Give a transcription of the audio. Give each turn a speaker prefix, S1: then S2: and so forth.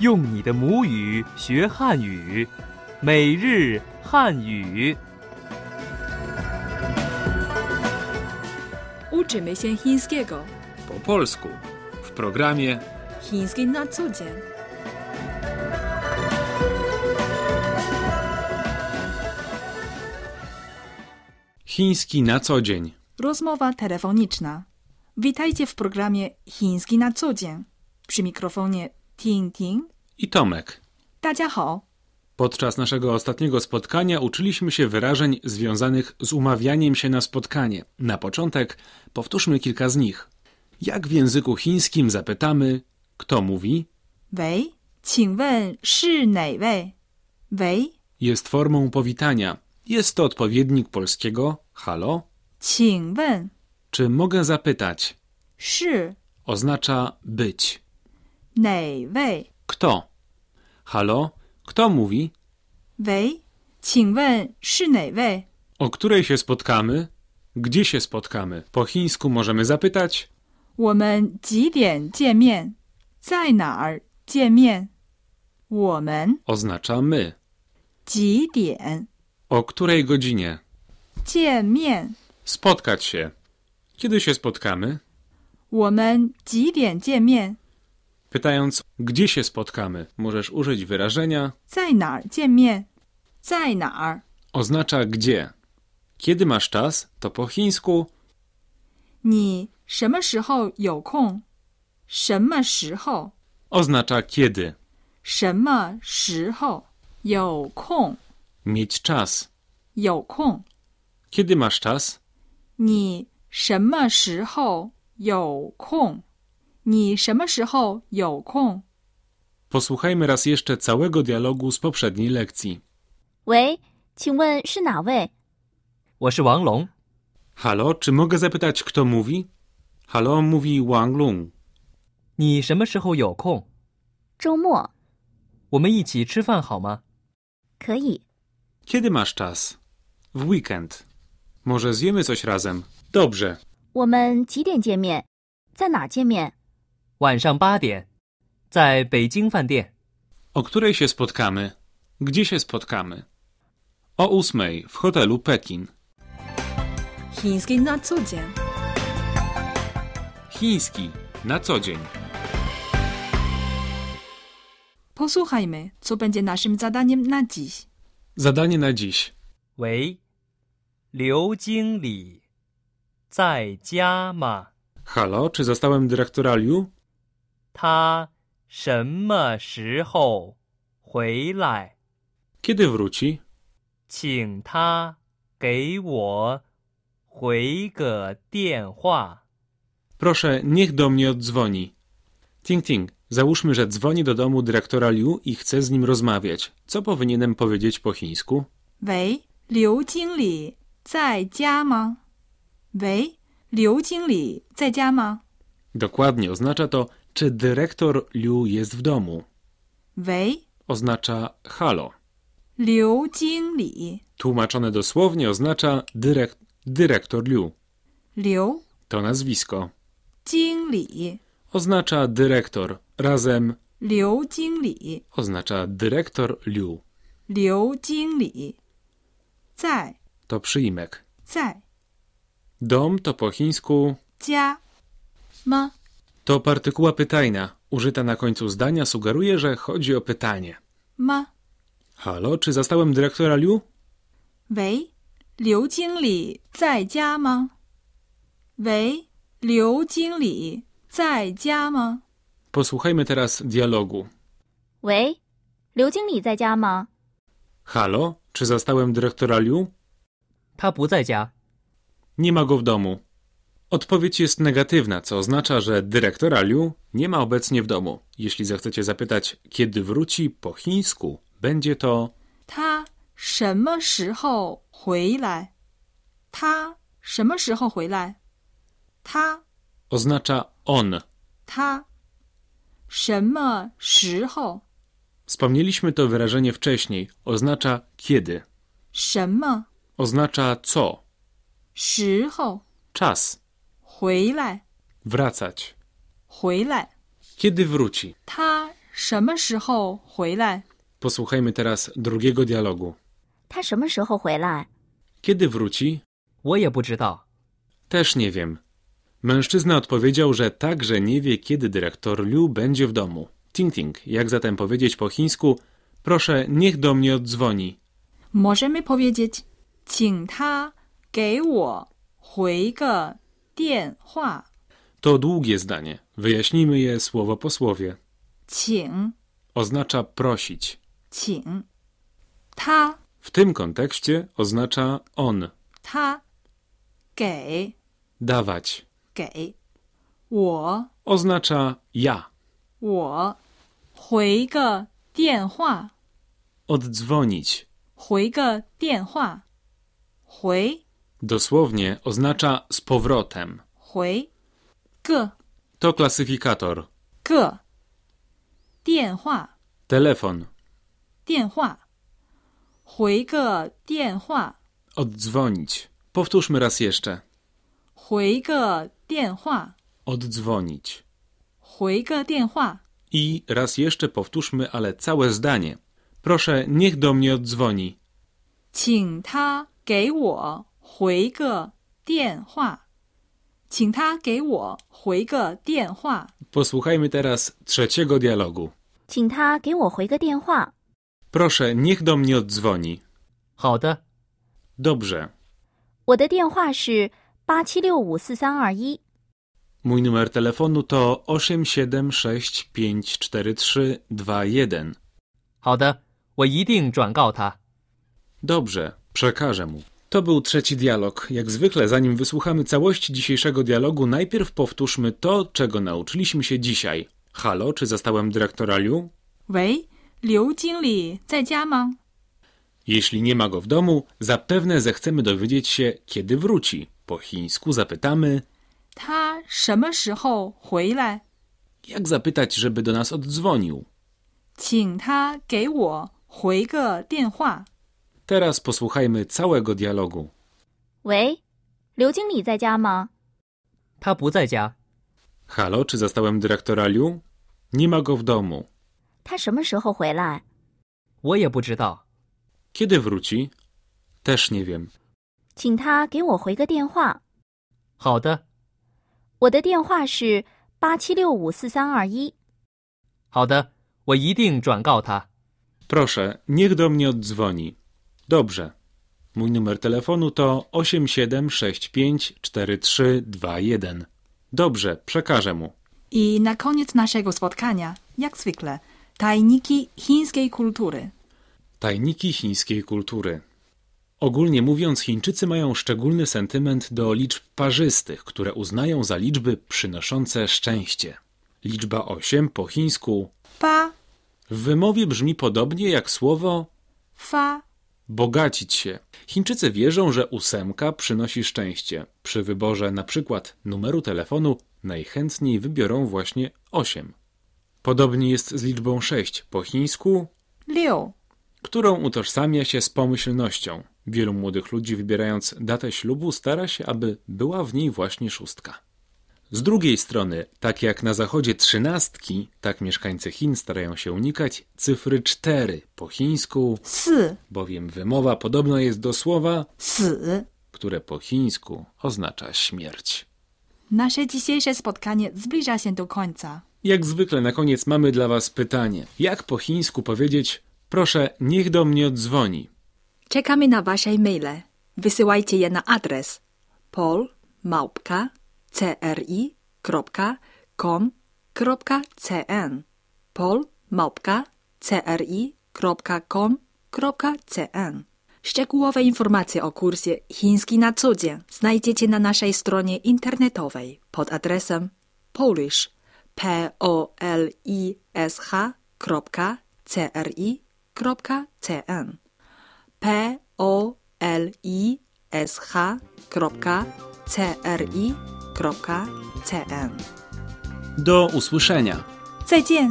S1: 用你的母语学汉语，每日汉语。
S2: Uczymy się chińskiego.
S3: po polsku w programie
S2: Chiński na co dzień.
S3: Chiński na co dzień.
S2: Rozmowa telefoniczna. Witajcie w programie Chiński na co dzień. Przy mikrofonie Ting Ting.
S3: I Tomek.
S2: 大家好，
S3: Podczas naszego ostatniego spotkania uczyliśmy się wyrażeń związanych z umawianiem się na spotkanie. Na początek powtórzmy kilka z nich. Jak w języku chińskim zapytamy kto mówi
S2: 喂，请问是哪位？喂，
S3: jest formą powitania. Jest to odpowiednik polskiego halo
S2: 请问
S3: czy mogę zapytać
S2: 是
S3: oznacza być.
S2: 哪位？
S3: Kto? Halo? Kto mówi?
S2: 喂，请问是哪位？
S3: O której się spotkamy? Gdzie się spotkamy? Po chińsku możemy zapytać
S2: 我们几点见面？在哪儿见面？我们
S3: oznacza my.
S2: 几点
S3: O której godzinie?
S2: 见面？
S3: Spotkać się. Kiedy się spotkamy?
S2: 我们几点见面？
S3: Pytając, gdzie się spotkamy, możesz użyć wyrażenia
S2: 在哪儿见面？在哪儿？
S3: oznacza gdzie. Kiedy masz czas, to po chińsku
S2: 你什么时候有空？什么时候？
S3: oznacza kiedy.
S2: 什么时候有空？
S3: Mieć czas.
S2: 有空。
S3: Kiedy masz czas?
S2: 你什么时候有空？你什么时候有空？
S3: Posłuchajmy raz jeszcze całego dialogu z poprzedniej lekcji.
S4: 喂，请问是哪位？
S1: 我是王龙，
S3: Halo, czy mogę zapytać, kto mówi? Halo mówi Wang Lung.
S1: 你什么时候有空？
S4: 周末
S1: 我们一起吃饭好吗？
S4: 可以？
S3: Kiedy masz czas? W weekend. Może zjemy coś razem? Dobrze.
S4: 我们几点见面？在哪儿见面？
S1: 晚上八点，在北京饭店。
S3: O której się spotkamy? Gdzie się spotkamy? O ósmej w hotelu Pekin.
S2: Chiński na co dzień.
S3: Chiński na co dzień.
S2: Posłuchajmy, co będzie naszym zadaniem na dziś.
S3: Zadanie na dziś.
S1: 喂，刘经理，在家吗？
S3: Halo, czy zostałem dyrektora Liu?
S1: 他什么时候回来？
S3: Kiedy wróci?
S1: 请他给我回个电话。
S3: Proszę, niech do mnie oddzwoni. Ting ting, załóżmy, że dzwoni do domu dyrektora Liu i chce z nim rozmawiać. Co powinienem powiedzieć po chińsku?
S2: 喂，刘经理在家吗？喂，刘经理在家吗？
S3: Dokładnie oznacza to, czy dyrektor Liu jest w domu.
S2: 喂，
S3: Oznacza halo.
S2: 刘经理，
S3: Tłumaczone dosłownie oznacza dyrek dyrektor Liu.
S2: 刘
S3: To nazwisko.
S2: 经理，
S3: Oznacza dyrektor. Razem
S2: 刘经理，
S3: oznacza dyrektor Liu.
S2: 刘经理，在
S3: To przyjmek.
S2: 在
S3: Dom to po chińsku
S2: 家吗？
S3: to partykuła pytajna. Użyta na końcu zdania sugeruje, że chodzi o pytanie.
S2: 吗？
S3: Halo, czy zastałem dyrektora Liu?
S2: 喂，刘经理在家吗？喂，刘经理在家吗？
S3: Posłuchajmy teraz dialogu.
S4: 喂，刘经理在家吗？
S3: Halo, czy zastałem dyrektora Liu?
S1: 他不在家。
S3: Nie ma go w domu. Odpowiedź jest negatywna, co oznacza, że dyrektora Liu nie ma obecnie w domu. Jeśli zechcecie zapytać, kiedy wróci po chińsku, będzie to
S2: 他什么时候回来？他什么时候回来？他
S3: oznacza on.
S2: 他什么时候？
S3: Wspomnieliśmy to wyrażenie wcześniej. Oznacza kiedy.
S2: 什么
S3: Oznacza co.
S2: 时候
S3: Czas.
S2: 回来？
S3: Wracać.
S2: 回来？
S3: Kiedy wróci?
S2: 他什么时候回来？
S3: Posłuchajmy teraz drugiego dialogu.
S4: 他什么时候回来？
S3: Kiedy wróci?
S1: 我也不知道。
S3: Też nie wiem. Mężczyzna odpowiedział, że także nie wie, kiedy dyrektor Liu będzie w domu. Ting ting, jak zatem powiedzieć po chińsku, proszę, niech do mnie oddzwoni.
S2: Możemy powiedzieć, 请他给我回个电话。
S3: To długie zdanie. Wyjaśnijmy je słowo po słowie.
S2: 请
S3: Oznacza prosić.
S2: 请他
S3: W tym kontekście oznacza on,
S2: 他给
S3: dawać.
S2: 给我
S3: Oznacza ja,
S2: 我回个电话，
S3: oddzwonić.
S2: 回个电话，回
S3: Dosłownie oznacza z powrotem.
S2: 回个
S3: To klasyfikator.
S2: 个电话
S3: Telefon.
S2: 电话，回个电话
S3: Oddzwonić. Powtórzmy raz jeszcze.
S2: 回个电话
S3: Oddzwonić.
S2: 回个电话，
S3: I raz jeszcze powtórzmy, ale całe zdanie. Proszę, niech do mnie oddzwoni.
S2: 请他给我回个电话，请他给我回个电话。
S3: Posłuchajmy teraz trzeciego dialogu.
S4: 请他给我回个电话。
S3: Proszę, niech do mnie oddzwoni.
S1: 好的，
S3: Dobrze.
S4: 我的电话是八七六五四三二一。
S3: Mój numer telefonu to 876554321.
S1: 好的，我一定转告他。
S3: Dobrze, przekażę mu. To był trzeci dialog. Jak zwykle, zanim wysłuchamy całości dzisiejszego dialogu, najpierw powtórzmy to, czego nauczyliśmy się dzisiaj. Halo, czy zastałem dyrektora Liu?
S2: 喂，刘经理在家吗？
S3: Jeśli nie ma go w domu, zapewne zechcemy dowiedzieć się, kiedy wróci. Po chińsku zapytamy,
S2: 他什么时候回来？
S3: jak zapytać, żeby do nas oddzwonił.
S2: 请他给我回个电话。
S3: Teraz posłuchajmy całego dialogu.
S4: 喂，刘经理在家吗？
S1: 他不在家，
S3: Halo, czy zastałem dyrektora Liu? Nie ma go w domu.
S4: 他什么时候回来？
S1: 我也不知道。
S3: Kiedy wróci? Też nie wiem.
S4: 请他给我回个电话。
S1: 好的，
S4: 我的电话是八七六五四三二一。
S1: 好的，我一定转告他。
S3: Proszę, niech do mnie oddzwoni. Dobrze. Mój numer telefonu to 87654321. Dobrze, przekażę mu.
S2: I na koniec naszego spotkania, jak zwykle, tajniki chińskiej kultury.
S3: Tajniki chińskiej kultury. Ogólnie mówiąc, Chińczycy mają szczególny sentyment do liczb parzystych, które uznają za liczby przynoszące szczęście. Liczba 8 po chińsku
S2: Fa,
S3: w wymowie brzmi podobnie jak słowo
S2: fa,
S3: bogacić się. Chińczycy wierzą, że ósemka przynosi szczęście. Przy wyborze na przykład numeru telefonu najchętniej wybiorą właśnie 8. Podobnie jest z liczbą 6 po chińsku,
S2: liu,
S3: którą utożsamia się z pomyślnością. Wielu młodych ludzi wybierając datę ślubu stara się, aby była w niej właśnie szóstka. Z drugiej strony, tak jak na zachodzie trzynastki, tak mieszkańcy Chin starają się unikać cyfry 4 po chińsku,
S2: si,
S3: bowiem wymowa podobna jest do słowa,
S2: si.
S3: które po chińsku oznacza śmierć.
S2: Nasze dzisiejsze spotkanie zbliża się do końca.
S3: Jak zwykle na koniec mamy dla Was pytanie. Jak po chińsku powiedzieć proszę niech do mnie dzwoni?
S2: Czekamy na Wasze e-maile. Wysyłajcie je na adres polmałpka.cri.com.cn polmałpka.cri.com.cn Szczegółowe informacje o kursie Chiński na co dzień znajdziecie na naszej stronie internetowej pod adresem polish polish.cri.cn p o l i s h c r i c n。
S3: Do usłyszenia!
S2: 再见。